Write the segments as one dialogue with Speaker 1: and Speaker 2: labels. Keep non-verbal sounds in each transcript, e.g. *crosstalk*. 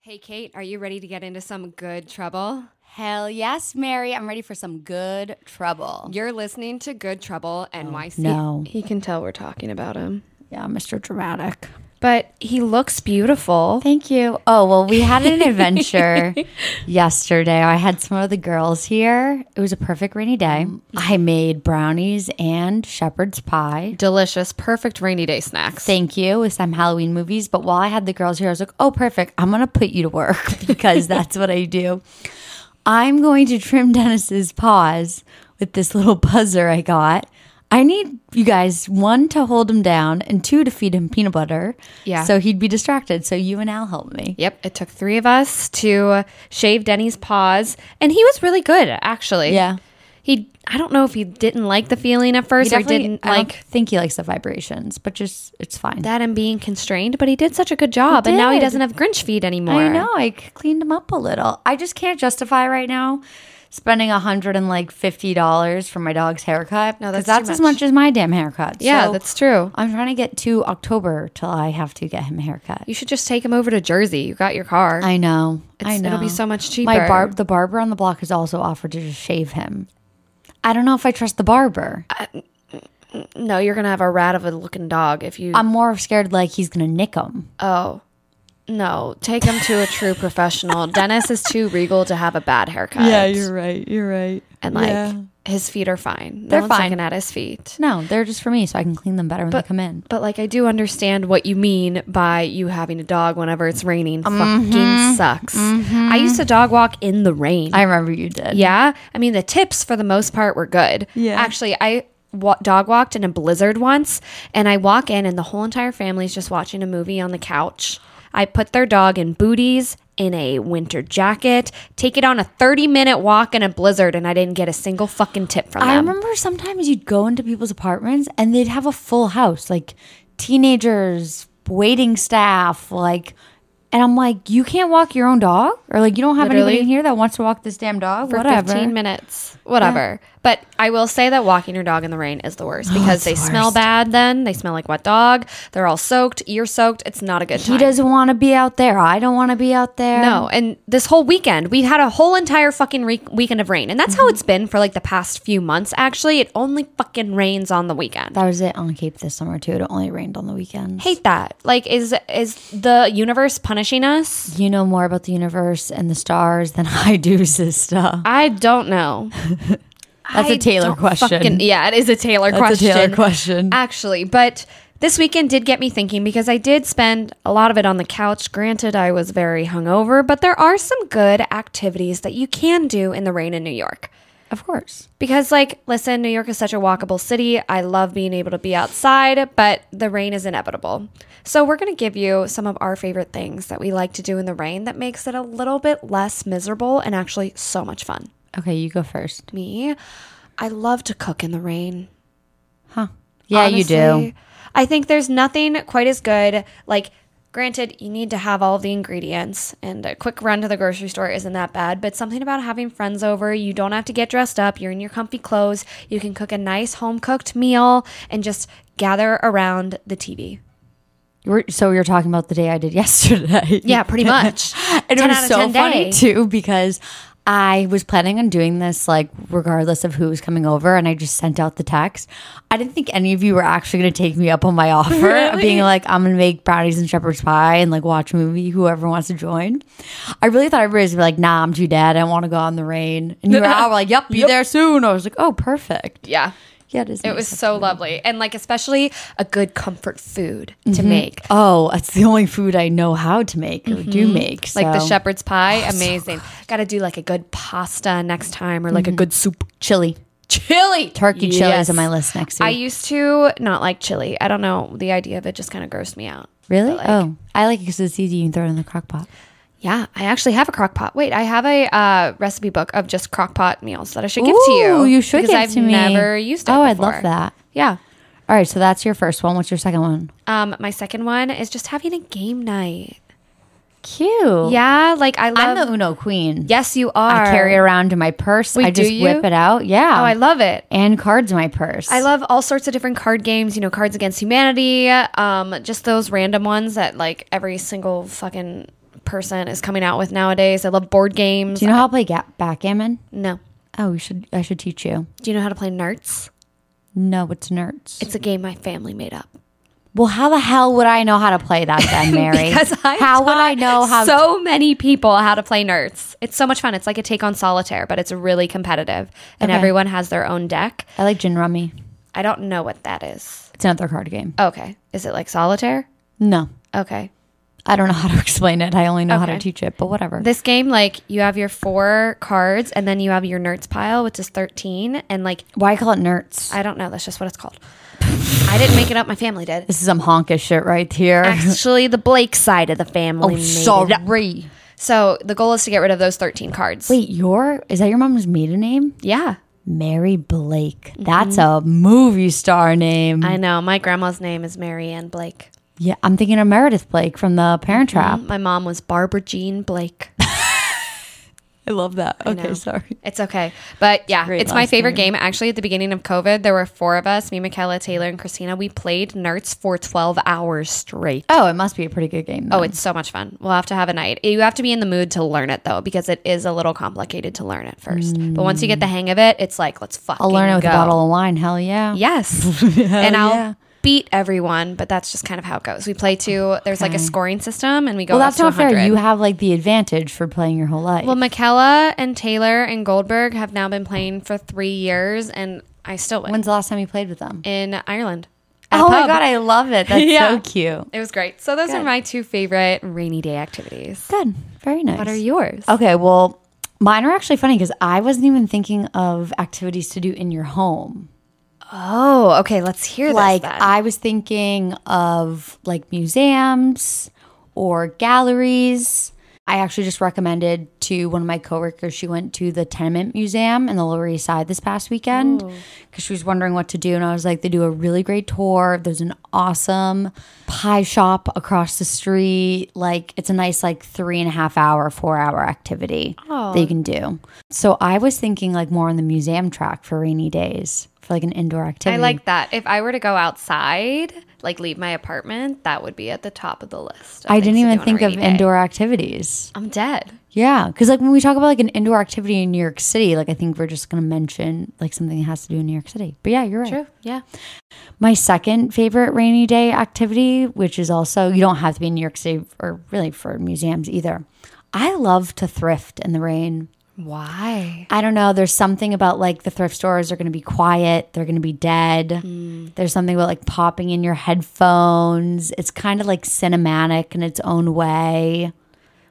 Speaker 1: Hey, Kate, are you ready to get into some good trouble?
Speaker 2: Hell yes, Mary. I'm ready for some good trouble.
Speaker 1: You're listening to Good Trouble NYC.
Speaker 2: Oh, No.
Speaker 3: He can tell we're talking about him.
Speaker 2: Yeah, Mr. Dramatic.
Speaker 3: But he looks beautiful.
Speaker 2: Thank you. Oh, well, we had an *laughs* adventure yesterday. I had some of the girls here. It was a perfect rainy day. I made brownies and shepherd's pie.
Speaker 3: Delicious, perfect rainy day snacks.
Speaker 2: Thank you with some Halloween movies. But while I had the girls here, I was like, oh, perfect. I'm going to put you to work *laughs* because that's what I do. I'm going to trim Dennis's paws with this little buzzer I got. I need you guys one to hold him down and two to feed him peanut butter.
Speaker 3: Yeah.
Speaker 2: So he'd be distracted. So you and Al help me.
Speaker 3: Yep, it took three of us to shave Denny's paws, and he was really good, actually.
Speaker 2: Yeah.
Speaker 3: He, I don't know if he didn't like the feeling at
Speaker 2: He
Speaker 3: first or
Speaker 2: definitely-
Speaker 3: didn't
Speaker 2: I don't
Speaker 3: like
Speaker 2: think he likes the vibrations, but just it's fine.
Speaker 3: that and being constrained, but he did such a good job, and now he
Speaker 2: did.
Speaker 3: doesn't have Grinch feet anymore.
Speaker 2: I know. I c- cleaned him up a little. I just can't justify right now spending a hundred and like fifty dollars for my dog's haircut. No,
Speaker 3: that's too
Speaker 2: that's as
Speaker 3: much.
Speaker 2: much as my damn haircut.
Speaker 3: Yeah,
Speaker 2: So,
Speaker 3: that's true.
Speaker 2: I'm trying to get to October till I have to get him a haircut.
Speaker 3: You should just take him over to Jersey. You got your car.
Speaker 2: I know. I
Speaker 3: It's-
Speaker 2: know.
Speaker 3: it'll be so much
Speaker 2: My
Speaker 3: cheaper.
Speaker 2: barb, the barber on the block, has also offered to just shave him. I don't know if I trust the barber.
Speaker 3: no, you're gonna have a rat of a looking dog if you.
Speaker 2: I'm more scared like he's gonna nick him.
Speaker 3: oh, no, take him to a *laughs* true professional. Dennis is too regal to have a bad haircut.
Speaker 2: right. You're right.
Speaker 3: and like his feet are fine. No
Speaker 2: They're
Speaker 3: one's
Speaker 2: fine.
Speaker 3: looking at his feet.
Speaker 2: no, they're just for me, so I can clean them better when they come in.
Speaker 3: But like I do understand what you mean by you having a dog whenever it's raining. Fucking sucks. I used to dog walk in the rain.
Speaker 2: I remember you did.
Speaker 3: yeah, I mean the tips for the most part were good.
Speaker 2: Yeah.
Speaker 3: actually, I. Wa- dog walked in a blizzard once, and I walk in, and the whole entire family's just watching a movie on the couch. I put their dog in booties, in a winter jacket, take it on a 30 minute walk in a blizzard, and I didn't get a single fucking tip from them.
Speaker 2: I remember sometimes you'd go into people's apartments and they'd have a full house, like teenagers, waiting staff, like. And I'm like, you can't walk your own dog, or like you don't have
Speaker 3: Literally.
Speaker 2: anybody in here that wants to walk this damn dog.
Speaker 3: for
Speaker 2: Whatever.
Speaker 3: 15 minutes whatever but i will say that walking your dog in the rain is the
Speaker 2: Oh,
Speaker 3: worst because they smell bad then they smell like wet dog they're all soaked you're soaked it's not a good time
Speaker 2: He doesn't want to be out there. I don't want to be out there.
Speaker 3: no and this whole weekend we had a whole entire fucking re- weekend of rain and that's
Speaker 2: Mm-hmm.
Speaker 3: how it's been for like the past few months actually it only fucking rains on the weekend
Speaker 2: that was it on Cape this summer too. It only rained on the weekends.
Speaker 3: hate that like is is the universe punishing us
Speaker 2: you know more about the universe and the stars than *laughs* I do, sister.
Speaker 3: i don't know
Speaker 2: That's a
Speaker 3: I
Speaker 2: Taylor
Speaker 3: don't
Speaker 2: question.
Speaker 3: fucking- yeah it is a taylor
Speaker 2: That's a
Speaker 3: question
Speaker 2: Taylor question.
Speaker 3: actually. But this weekend did get me thinking because I did spend a lot of it on the couch. Granted, I was very hungover, but there are some good activities that you can do in the rain in New York.
Speaker 2: Of course.
Speaker 3: Because, like, listen, New York is such a walkable city. I love being able to be outside, but the rain is inevitable. So, we're going to give you some of our favorite things that we like to do in the rain that makes it a little bit less miserable and actually so much fun.
Speaker 2: Okay, you go first.
Speaker 3: Me, I love to cook in the rain.
Speaker 2: Huh? Yeah, you do.
Speaker 3: Honestly, I think there's nothing quite as good. Like, granted, you need to have all the ingredients, and a quick run to the grocery store isn't that bad, but something about having friends over, you don't have to get dressed up, you're in your comfy clothes, you can cook a nice home cooked meal and just gather around the TV.
Speaker 2: We're, so you're talking about the day I did *laughs* yesterday.
Speaker 3: Yeah,
Speaker 2: *laughs*
Speaker 3: pretty much.
Speaker 2: and it
Speaker 3: 10
Speaker 2: was
Speaker 3: out of
Speaker 2: so
Speaker 3: 10
Speaker 2: funny
Speaker 3: day.
Speaker 2: too because I was planning on doing this like regardless of who was coming over, and I just sent out the text. I didn't think any of you were actually going to take me up on my *laughs* offer, of being like, "I'm going to make brownies and shepherd's pie and like watch a movie. Whoever wants to join." I really thought everybody was gonna be like, "Nah, I'm too dead. I don't want to go out in the rain."
Speaker 3: *laughs*
Speaker 2: And you were out, we're like, "Yep, be there soon." I was like, "Oh, perfect."
Speaker 3: Yeah.
Speaker 2: Yeah, it is.
Speaker 3: It was so lovely. And, like, especially a good comfort food to make.
Speaker 2: Oh, that's the only food I know how to make or do make.
Speaker 3: Mm-hmm. Like the
Speaker 2: so.
Speaker 3: shepherd's pie, amazing. Got to do like a good pasta next time or like a good soup.
Speaker 2: chili,
Speaker 3: Chili.
Speaker 2: turkey chili is
Speaker 3: Yes.
Speaker 2: on my list next week.
Speaker 3: I used to not like chili. I don't know. The idea of it just kind of grossed me out.
Speaker 2: Really? oh, I like it because it's easy. You can throw it in the crock pot.
Speaker 3: Yeah, I actually have a crock pot. Wait, I have a uh, recipe book of just crock pot meals that I should give to you.
Speaker 2: Ooh, you should
Speaker 3: because
Speaker 2: give
Speaker 3: I've
Speaker 2: to me.
Speaker 3: never used it.
Speaker 2: Oh, I'd
Speaker 3: before.
Speaker 2: love that.
Speaker 3: Yeah.
Speaker 2: All right, so that's your first one. What's your second one?
Speaker 3: Um, my second one is just having a game night.
Speaker 2: Cute. Yeah,
Speaker 3: Yeah, like I
Speaker 2: I'm
Speaker 3: love.
Speaker 2: the Uno queen.
Speaker 3: yes, Um, you are.
Speaker 2: I carry it around in my purse.
Speaker 3: Wait,
Speaker 2: I
Speaker 3: do
Speaker 2: just
Speaker 3: you?
Speaker 2: whip it out. Yeah.
Speaker 3: Oh, I love it.
Speaker 2: and cards in my purse.
Speaker 3: I love all sorts of different card games, you know, Cards Against Humanity, um, just those random ones that like every single fucking person is coming out with nowadays. I love board games.
Speaker 2: Do you know how to play ga- backgammon?
Speaker 3: no.
Speaker 2: Oh, you should. I should teach you.
Speaker 3: Do you know how to play nerds?
Speaker 2: No, it's nerds.
Speaker 3: It's a game my family made up.
Speaker 2: well, how the hell would I know how to play that
Speaker 3: *laughs*
Speaker 2: then, Mary?
Speaker 3: Because I
Speaker 2: how would I
Speaker 3: taught
Speaker 2: know how?
Speaker 3: so many people how to play nerds. It's so much fun. It's like a take on solitaire, but it's really competitive, and
Speaker 2: Okay.
Speaker 3: everyone has their own deck.
Speaker 2: I like gin rummy.
Speaker 3: I don't know what that is.
Speaker 2: It's another card game.
Speaker 3: Okay, is it like solitaire?
Speaker 2: No,
Speaker 3: Okay,
Speaker 2: I don't know how to *laughs* explain it. I only know how to
Speaker 3: Okay.
Speaker 2: teach it. But whatever.
Speaker 3: this game like you have your four cards, and then you have your nerds pile, which is thirteen, and like
Speaker 2: Why call it nerds?
Speaker 3: I don't know. That's just what it's called. I didn't make it up. My family did.
Speaker 2: this is some honkish shit right here.
Speaker 3: Actually, the Blake side of the family. made it up.
Speaker 2: Oh, sorry.
Speaker 3: So the goal is to get rid of those thirteen cards.
Speaker 2: Wait, your is that your mom's maiden name?
Speaker 3: Yeah.
Speaker 2: Mary Blake. That's a movie star name.
Speaker 3: Mm-hmm. I know. My grandma's name is Mary Ann Blake.
Speaker 2: yeah, I'm thinking of Meredith Blake from The Parent Trap.
Speaker 3: My mom was Barbara Jean Blake.
Speaker 2: I love that.
Speaker 3: know.
Speaker 2: Okay, sorry.
Speaker 3: It's okay. But yeah,
Speaker 2: Great
Speaker 3: it's my
Speaker 2: last
Speaker 3: favorite game. Actually, at the beginning of COVID, there were four of us me, Michaela, Taylor, and Christina. We played Nerds for 12 hours straight.
Speaker 2: Oh, it must be a pretty good game.
Speaker 3: Oh,
Speaker 2: then.
Speaker 3: it's so much fun. We'll have to have a night. You have to be in the mood to learn it, though, because it is a little complicated to learn at first. But once you get the hang of it, it's like, let's fucking
Speaker 2: I'll learn it with
Speaker 3: go.
Speaker 2: a bottle of wine. Hell yeah. *laughs*
Speaker 3: Yes. and I'll
Speaker 2: yeah.
Speaker 3: beat everyone, but that's just kind of how it goes. We play to, there's like a
Speaker 2: Okay.
Speaker 3: scoring system, and we go
Speaker 2: Well,
Speaker 3: up
Speaker 2: that's
Speaker 3: to
Speaker 2: not fair.
Speaker 3: 100.
Speaker 2: You have like the advantage for playing your whole life.
Speaker 3: Well, Michaela and Taylor and Goldberg have now been playing for three years, and I still win
Speaker 2: When's the last time you played with them?
Speaker 3: in Ireland. At a
Speaker 2: Oh my
Speaker 3: pub.
Speaker 2: god, I love
Speaker 3: *laughs*
Speaker 2: it. That's
Speaker 3: Yeah.
Speaker 2: so cute.
Speaker 3: It was great. So those are
Speaker 2: Good.
Speaker 3: my two favorite rainy day activities.
Speaker 2: Good. Very nice.
Speaker 3: What are yours?
Speaker 2: Okay, well, mine are actually funny because I wasn't even thinking of activities to do in your home.
Speaker 3: Oh, okay. Let's hear
Speaker 2: Like
Speaker 3: this. then.
Speaker 2: I was thinking of like museums or galleries. I actually just recommended to one of my coworkers. She went to the Tenement Museum in the Lower East Side this past weekend because she was wondering what to do, and I was like, they do a really great tour. There's an awesome pie shop across the street. Like it's a nice like three and a half hour, four hour activity that
Speaker 3: Oh.
Speaker 2: you can do. So I was thinking like more on the museum track for rainy days for like an indoor activity.
Speaker 3: I like that. If I were to go outside, like leave my apartment, that would be at the top of the list. of
Speaker 2: I
Speaker 3: things
Speaker 2: didn't
Speaker 3: to do
Speaker 2: even
Speaker 3: on a
Speaker 2: think of
Speaker 3: rainy day.
Speaker 2: indoor activities.
Speaker 3: I'm dead.
Speaker 2: Yeah, because like when we talk about like an indoor activity in New York City, like I think we're just gonna mention like something that has to do in New York City. But yeah, you're right.
Speaker 3: True. Yeah.
Speaker 2: My second favorite rainy day activity, which is also you don't have to be in New York City or really for museums either. I love to thrift in the rain.
Speaker 3: Why?
Speaker 2: I don't know. There's something about like the thrift stores are going to be quiet. They're going to be dead. There's something about like popping in your headphones. It's kind of like cinematic in its own way.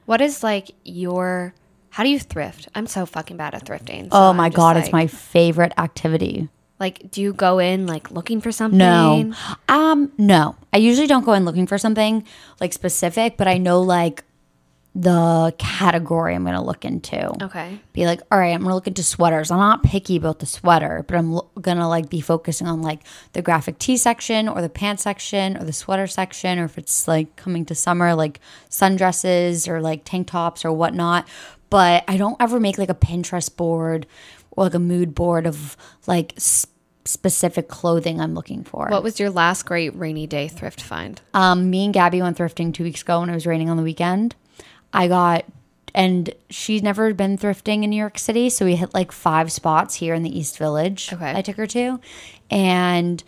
Speaker 3: What is like your? How do you thrift? I'm so fucking bad at thrifting. so
Speaker 2: Oh
Speaker 3: I'm
Speaker 2: my
Speaker 3: just
Speaker 2: god,
Speaker 3: like-
Speaker 2: it's my favorite activity.
Speaker 3: Like, do you go in like looking for something?
Speaker 2: No, um, no. I usually don't go in looking for something like specific, but I know like the category I'm gonna look into.
Speaker 3: Okay.
Speaker 2: Be like, all right, I'm gonna look into sweaters. I'm not picky about the sweater, but I'm lo- gonna like be focusing on like the graphic tee section or the pants section or the sweater section, or if it's like coming to summer, like sundresses or like tank tops or whatnot. But I don't ever make like a Pinterest board or like a mood board of like s- specific clothing I'm looking for.
Speaker 3: What was your last great rainy day thrift find?
Speaker 2: Um, me and Gabby went thrifting two weeks ago when it was raining on the weekend. I got, and she's never been thrifting in New York City, so we hit like five spots here in the East Village.
Speaker 3: Okay.
Speaker 2: I took her to, and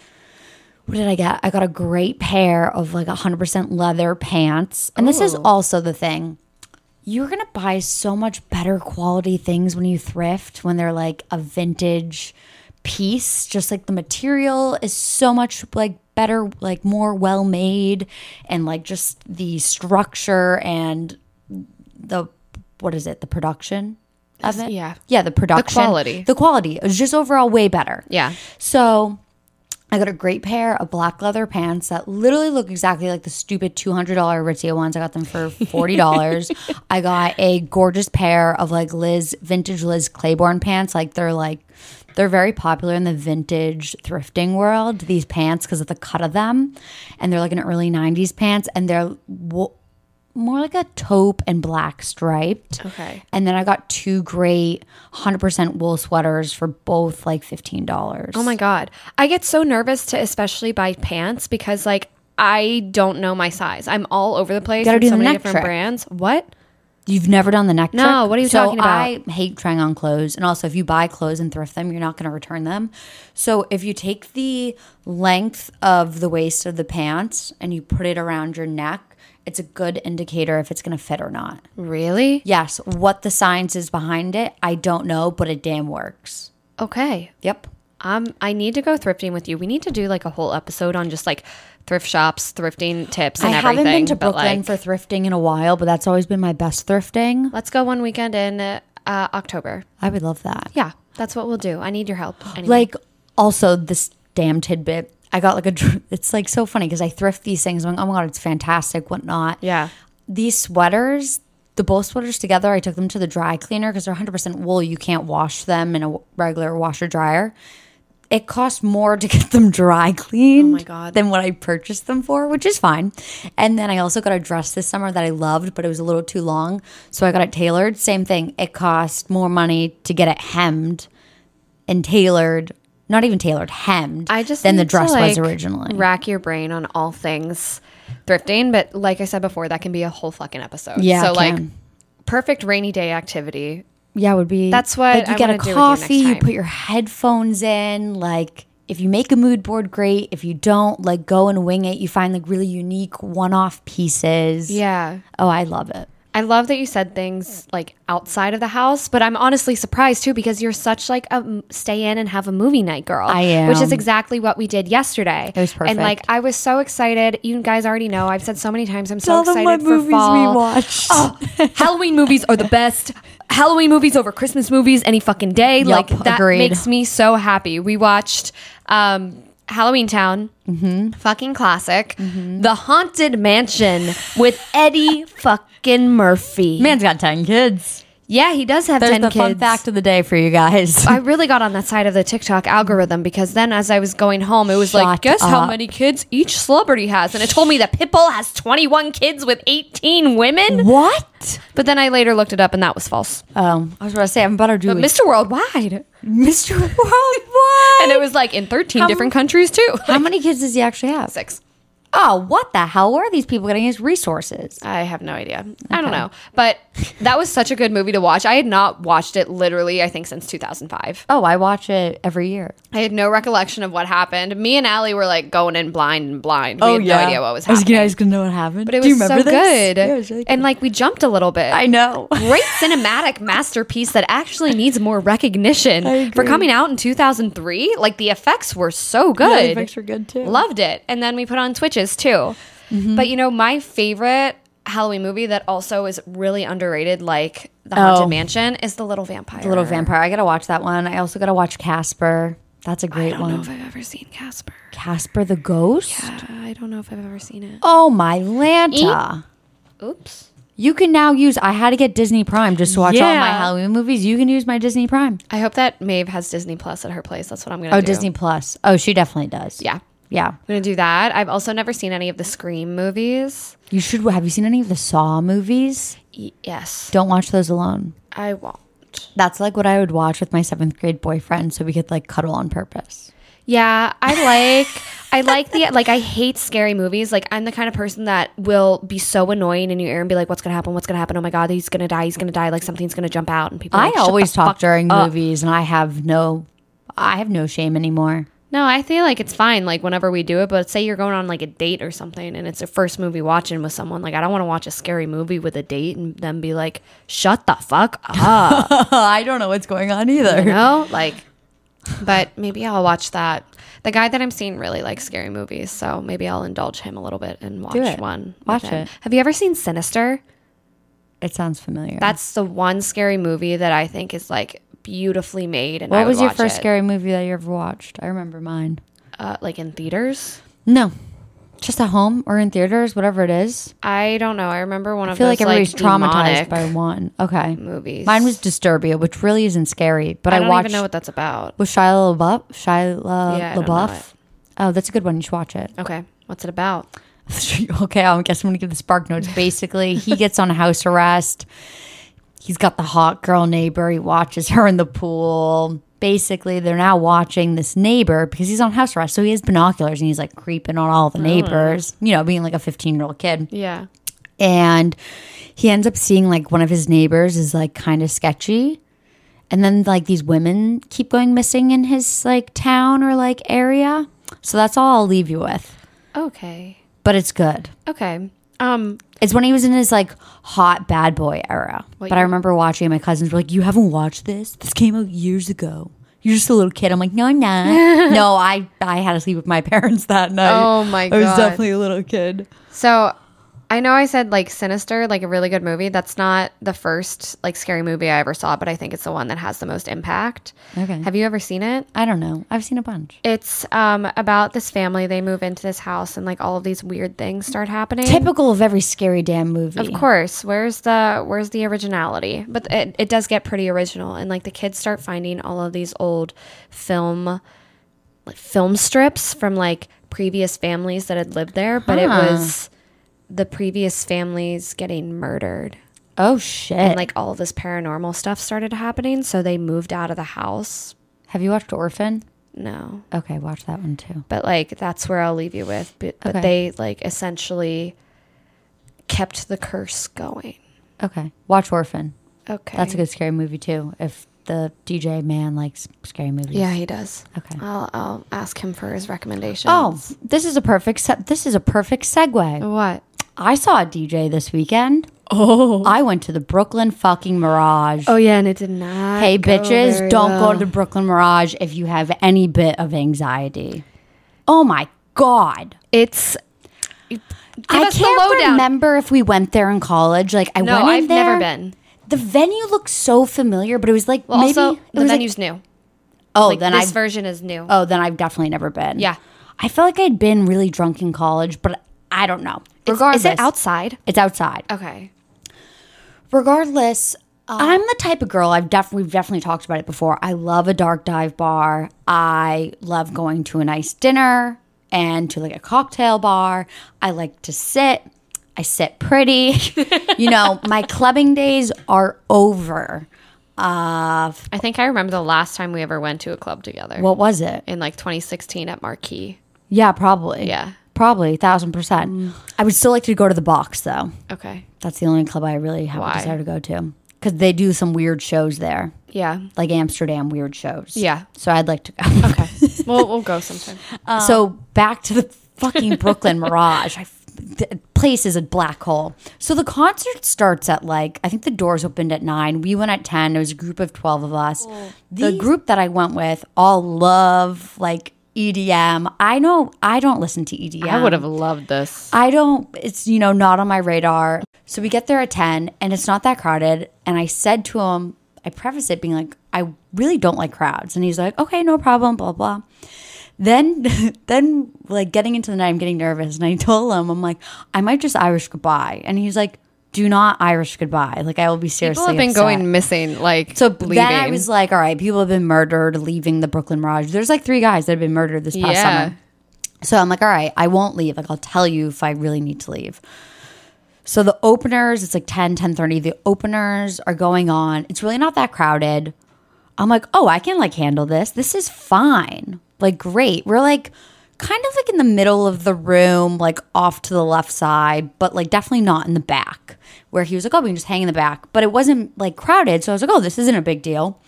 Speaker 2: what did I get? I got a great pair of like 100% leather pants, and this is also the thing. You're gonna buy so much better quality things when you thrift when they're like a vintage piece. Just like the material is so much like better, like more well made, and like just the structure and the what is it? The production of it.
Speaker 3: Yeah.
Speaker 2: yeah. The production,
Speaker 3: quality.
Speaker 2: the quality is just overall way better.
Speaker 3: Yeah.
Speaker 2: So I got a great pair of black leather pants that literally look exactly like the stupid $200 Aritzia ones. I got them for $40. I got a gorgeous pair of like Liz, vintage Liz Claiborne pants. Like they're like, they're very popular in the vintage thrifting world, these pants, because of the cut of them. And they're like an early 90s pants. And they're wo- more like a taupe and black striped.
Speaker 3: Okay.
Speaker 2: And then I got two great 100% wool sweaters for both like $15.
Speaker 3: Oh my God. I get so nervous to especially buy pants because, like, I don't know my size. I'm all over the place.
Speaker 2: Gotta
Speaker 3: in
Speaker 2: do
Speaker 3: so
Speaker 2: the
Speaker 3: many
Speaker 2: neck
Speaker 3: different
Speaker 2: trick.
Speaker 3: brands. What?
Speaker 2: You've never done the neck
Speaker 3: No,
Speaker 2: trick.
Speaker 3: what are you
Speaker 2: So
Speaker 3: talking about?
Speaker 2: I hate trying on clothes, and also if you buy clothes and thrift them, you're not going to return them. So if you take the length of the waist of the pants and you put it around your neck, it's a good indicator if it's going to fit or not.
Speaker 3: Really?
Speaker 2: Yes, what the science is behind it, I don't know, but it damn works.
Speaker 3: Okay.
Speaker 2: Yep.
Speaker 3: Um, I need to go thrifting with you. We need to do like a whole episode on just like thrift shops, thrifting tips, and
Speaker 2: I
Speaker 3: everything.
Speaker 2: haven't been to
Speaker 3: but,
Speaker 2: Brooklyn
Speaker 3: like,
Speaker 2: for thrifting in a while, but that's always been my best thrifting.
Speaker 3: Let's go one weekend in uh, October.
Speaker 2: I would love that.
Speaker 3: Yeah, that's what we'll do. I need your help. Anyway.
Speaker 2: Like also this damn tidbit. I got like a. dr- It's like so funny because I thrift these things. I'm like, oh my god, it's fantastic, whatnot.
Speaker 3: yeah.
Speaker 2: These sweaters, the both sweaters together, I took them to the dry cleaner because they're 100 percent wool. You can't wash them in a w- regular washer dryer. It costs more to get them dry cleaned
Speaker 3: Oh God.
Speaker 2: than what I purchased them for, which is fine. And then I also got a dress this summer that I loved, but it was a little too long. So I got it tailored. Same thing. It cost more money to get it hemmed and tailored, not even tailored, hemmed
Speaker 3: I just
Speaker 2: than the
Speaker 3: need to,
Speaker 2: dress
Speaker 3: like,
Speaker 2: was originally.
Speaker 3: Rack your brain on all things thrifting, but like I said before, that can be a whole fucking episode.
Speaker 2: Yeah,
Speaker 3: So
Speaker 2: it
Speaker 3: like
Speaker 2: can.
Speaker 3: perfect rainy day activity.
Speaker 2: Yeah, it would be.
Speaker 3: That's what
Speaker 2: like you
Speaker 3: I
Speaker 2: get a
Speaker 3: wanna do with you next
Speaker 2: coffee. you
Speaker 3: time.
Speaker 2: put your headphones in. Like if you make a mood board, great. If you don't, like go and wing it. You find like really unique one-off pieces.
Speaker 3: Yeah.
Speaker 2: Oh, I love it.
Speaker 3: I love that you said things like outside of the house, but I'm honestly surprised too because you're such like a m- stay in and have a movie night girl.
Speaker 2: I
Speaker 3: which is
Speaker 2: am.
Speaker 3: exactly what we did yesterday. It
Speaker 2: was
Speaker 3: and like
Speaker 2: perfect.
Speaker 3: I was so excited. You guys already know. I've said so many times. I'm so excited for
Speaker 2: movies
Speaker 3: fall. Ah.
Speaker 2: we watched.
Speaker 3: Halloween movies are the best. Halloween movies over Christmas movies any fucking day. like that
Speaker 2: agreed.
Speaker 3: makes me so happy. We watched um, Halloween Town,
Speaker 2: Mm-hmm.
Speaker 3: fucking classic, The Haunted
Speaker 2: *laughs*
Speaker 3: Mansion with Eddie fucking Murphy.
Speaker 2: Man's got ten kids.
Speaker 3: Yeah, he does have
Speaker 2: There's
Speaker 3: ten
Speaker 2: the
Speaker 3: kids.
Speaker 2: fun fact of the day for you guys.
Speaker 3: I really got on that side of the TikTok algorithm because then as I was going home, it was like,
Speaker 2: Shut
Speaker 3: guess how
Speaker 2: up.
Speaker 3: many kids each celebrity has, and it told me that Pitbull has twenty-one kids with eighteen women.
Speaker 2: *laughs* what?
Speaker 3: But then I later looked it up, and that was false.
Speaker 2: Um, I was about to say I'm about to do like,
Speaker 3: Mr. Worldwide.
Speaker 2: *laughs* Mr. Worldwide.
Speaker 3: And it was like in 13
Speaker 2: How
Speaker 3: different countries too. *laughs*
Speaker 2: How many kids does he actually have?
Speaker 3: Six.
Speaker 2: Oh, what the hell? Where are these people getting his resources?
Speaker 3: I have no idea. I don't know. But that was such a good movie to watch. I had not watched it literally, I think, since 2005.
Speaker 2: Oh, I watch it every year.
Speaker 3: I had no recollection of what happened. Me and Allie were like going in blind and blind. we had no idea what was
Speaker 2: Oh, I was
Speaker 3: happening.
Speaker 2: gonna, I was gonna know what happened.
Speaker 3: but it was
Speaker 2: Do you remember
Speaker 3: so
Speaker 2: this?
Speaker 3: good.
Speaker 2: Yeah, it was really good.
Speaker 3: And like we jumped a little bit.
Speaker 2: I *laughs* know.
Speaker 3: Great cinematic masterpiece that actually needs more recognition for coming out in 2003. Like the effects were so good.
Speaker 2: are good too. Mm-hmm.
Speaker 3: Loved it. And then we put on Twitches too. But you know, my favorite Halloween movie that also is really underrated, like The Haunted
Speaker 2: Oh.
Speaker 3: Mansion, is The Little Vampire.
Speaker 2: Little Vampire. I gotta watch that one. I also gotta watch Casper. That's a
Speaker 3: I
Speaker 2: great
Speaker 3: don't know
Speaker 2: one.
Speaker 3: if I've ever seen Casper.
Speaker 2: Casper the Ghost.
Speaker 3: Uh, I don't know if I've ever seen it.
Speaker 2: Oh my
Speaker 3: E?
Speaker 2: Lanta. Oh.
Speaker 3: Oops.
Speaker 2: You can now use. I had to get Disney Prime just to watch all my
Speaker 3: Yeah.
Speaker 2: Halloween movies. You can use my Disney Prime.
Speaker 3: I hope that Maeve has Disney Plus at her place. That's what I'm gonna
Speaker 2: Oh,
Speaker 3: do.
Speaker 2: Disney Plus. Oh, she definitely does.
Speaker 3: Yeah. I'm
Speaker 2: yeah.
Speaker 3: gonna do that. I've also never seen any of the Scream movies.
Speaker 2: You should. Have you seen any of the Saw movies?
Speaker 3: Y- yes.
Speaker 2: Don't watch those alone.
Speaker 3: I won't.
Speaker 2: That's like what I would watch with my seventh grade boyfriend, so we could like cuddle on purpose.
Speaker 3: Yeah, I like I like the like I hate scary movies. Like I'm the kind of person that will be so annoying in your ear and be like, "What's gonna happen? What's gonna happen? Oh my god, he's gonna die! He's gonna die! Like something's gonna jump out!" And people, are
Speaker 2: I
Speaker 3: like, "Shut the
Speaker 2: always
Speaker 3: fuck
Speaker 2: talk during
Speaker 3: up."
Speaker 2: movies, and I have no, I have no
Speaker 3: *laughs*
Speaker 2: shame anymore.
Speaker 3: No, I feel like it's fine. Like whenever we do it, but say you're going on like a date or something, and it's the first movie watching with someone. Like I don't want to watch a scary movie with a date and then be like, "Shut the fuck up!"
Speaker 2: I don't know what's going
Speaker 3: *laughs*
Speaker 2: on either.
Speaker 3: You know, like. But maybe I'll watch that. The guy that I'm seeing really likes scary movies, so maybe I'll indulge him a little bit and watch
Speaker 2: it.
Speaker 3: one. with
Speaker 2: Watch
Speaker 3: him.
Speaker 2: it.
Speaker 3: Have you ever seen Sinister?
Speaker 2: It sounds familiar.
Speaker 3: That's the one scary movie that I think is like beautifully made. And I
Speaker 2: what
Speaker 3: would
Speaker 2: was your
Speaker 3: watch
Speaker 2: first
Speaker 3: it.
Speaker 2: scary movie that you ever watched? I remember mine.
Speaker 3: Uh, like in theaters.
Speaker 2: No, just at home or in theaters, whatever it is.
Speaker 3: I don't know. I remember one
Speaker 2: I
Speaker 3: of
Speaker 2: feel
Speaker 3: those
Speaker 2: like
Speaker 3: like
Speaker 2: everybody's
Speaker 3: demonic
Speaker 2: traumatized by one. Okay,
Speaker 3: movies.
Speaker 2: mine was Disturbia, which really isn't scary, but I,
Speaker 3: I don't
Speaker 2: watched
Speaker 3: even know what that's about.
Speaker 2: with Shia LaBeouf. Shia
Speaker 3: Yeah, I don't know
Speaker 2: LaBeouf. Oh, that's a good one. You should watch it.
Speaker 3: Okay, what's it about?
Speaker 2: *laughs* okay, I guess I'm gonna give the spark notes. Basically, he gets on house arrest. He's got the hot girl neighbor. He watches her in the pool. Basically, they're now watching this neighbor because he's on house arrest. So he has binoculars and he's like creeping on all the neighbors, you know, being like a 15 year old kid.
Speaker 3: Yeah.
Speaker 2: and he ends up seeing like one of his neighbors is like kind of sketchy and then like these women keep going missing in his like town or like area so that's all i'll leave you with
Speaker 3: Okay.
Speaker 2: but it's good
Speaker 3: Okay. Um,
Speaker 2: it's when he was in his like hot bad boy era but i remember watching it, my cousins were like you haven't watched this this came out years ago you're just a little kid. I'm like, no,
Speaker 3: *laughs*
Speaker 2: I'm not. no, I I had to sleep with my parents *laughs* that night.
Speaker 3: Oh my
Speaker 2: I was
Speaker 3: God.
Speaker 2: definitely a little kid.
Speaker 3: so I know I said like Sinister, like a really good movie. That's not the first like scary movie I ever saw, but I think it's the one that has the most impact.
Speaker 2: Okay.
Speaker 3: Have you ever seen it?
Speaker 2: I don't know. I've seen a bunch.
Speaker 3: It's um about this family. They move into this house and like all of these weird things start happening.
Speaker 2: Typical of every scary damn movie.
Speaker 3: Of course. Where's the where's the originality? But it, it does get pretty original and like the kids start finding all of these old film like film strips from like previous families that had lived there, but it
Speaker 2: Huh.
Speaker 3: was the previous families getting murdered.
Speaker 2: Oh shit!
Speaker 3: And like all of this paranormal stuff started happening, so they moved out of the house.
Speaker 2: have you watched Orphan?
Speaker 3: No.
Speaker 2: Okay, watch that one too.
Speaker 3: but like that's where I'll leave you with. But, but
Speaker 2: Okay.
Speaker 3: they like essentially kept the curse going.
Speaker 2: Okay, watch Orphan.
Speaker 3: Okay,
Speaker 2: That's a good scary movie too. If the DJ man likes scary movies.
Speaker 3: Yeah, he does.
Speaker 2: Okay.
Speaker 3: I'll I'll ask him for his recommendation.
Speaker 2: Oh, this is a perfect. Se- this is a perfect segue.
Speaker 3: Oh, what?
Speaker 2: I saw a DJ this weekend. Oh. I went to the Brooklyn fucking Mirage.
Speaker 3: Oh yeah, and it did not.
Speaker 2: hey, bitches! Don't go to the Brooklyn Mirage if you have any bit of anxiety. Oh my god.
Speaker 3: It's.
Speaker 2: I
Speaker 3: us the
Speaker 2: can't
Speaker 3: lowdown.
Speaker 2: remember if we went there in college. Like I
Speaker 3: No,
Speaker 2: went in
Speaker 3: I've never
Speaker 2: there.
Speaker 3: been.
Speaker 2: The venue looked so familiar, but it was like
Speaker 3: Well,
Speaker 2: maybe
Speaker 3: also
Speaker 2: it
Speaker 3: the
Speaker 2: was like-
Speaker 3: venue's new.
Speaker 2: oh,
Speaker 3: Like
Speaker 2: then
Speaker 3: this
Speaker 2: I've
Speaker 3: version is new.
Speaker 2: oh, then I've definitely never been.
Speaker 3: Yeah.
Speaker 2: I felt like I'd been really drunk in college, but I don't know. Regardless,
Speaker 3: is it outside?
Speaker 2: It's outside.
Speaker 3: Okay.
Speaker 2: Regardless,
Speaker 3: uh,
Speaker 2: I'm the type of girl I've def- we've definitely talked about it before. I love a dark dive bar. I love going to a nice dinner and to like a cocktail bar. I like to sit. I
Speaker 3: *laughs*
Speaker 2: sit pretty. you know, my clubbing days are over. Uh,
Speaker 3: I think I remember the last time we ever went to a club together
Speaker 2: what was it?
Speaker 3: in like 2016 at Marquee.
Speaker 2: Yeah, probably.
Speaker 3: Yeah. Mm.
Speaker 2: Probably, thousand percent. I would still like to go to the box though.
Speaker 3: Okay.
Speaker 2: That's the only club I really have
Speaker 3: Why?
Speaker 2: a desire to go to because they do some weird shows there,
Speaker 3: Yeah.
Speaker 2: like Amsterdam weird shows.
Speaker 3: *laughs* Yeah.
Speaker 2: So I'd like
Speaker 3: *laughs*
Speaker 2: to go.
Speaker 3: Okay. we'll we'll go sometime.
Speaker 2: so
Speaker 3: Um,
Speaker 2: back to the fucking
Speaker 3: *laughs*
Speaker 2: Brooklyn Mirage. I, the place is a black hole. So the concert starts at like I think the doors opened at nine. We went at ten. It was a group of twelve of us.
Speaker 3: Oh,
Speaker 2: The group that I went with all love like EDM. I know I don't listen to E EDM.
Speaker 3: I would have loved this.
Speaker 2: I don't, it's, you know, not on my radar. So we get there at 10 and it's not that crowded. And I said to him, I preface it being like, I really don't like crowds. And he's like, okay, no problem, blah, blah. Then, *laughs* then like getting into the night, I'm getting nervous. And I told him, I'm like, I might just Irish goodbye. And he's like, do not Irish goodbye. Like, I will be seriously.
Speaker 3: People have been
Speaker 2: upset.
Speaker 3: going missing, like
Speaker 2: So
Speaker 3: leaving.
Speaker 2: then I was like, all right, people have been murdered leaving the Brooklyn Mirage. There's like three guys that have been murdered this past
Speaker 3: Yeah.
Speaker 2: summer. So I'm like, all right, I won't leave. Like, I'll tell you if I really need to leave. So the openers, it's like 10, 10.30. The openers are going on. It's really not that crowded. I'm like, oh, I can like handle this. This is fine. Like, great. We're like kind of like in the middle of the room, like off to the left side, but like definitely not in the back where he was like, oh, we can just hang in the back. But it wasn't like crowded. So I was like, oh, this isn't a big deal.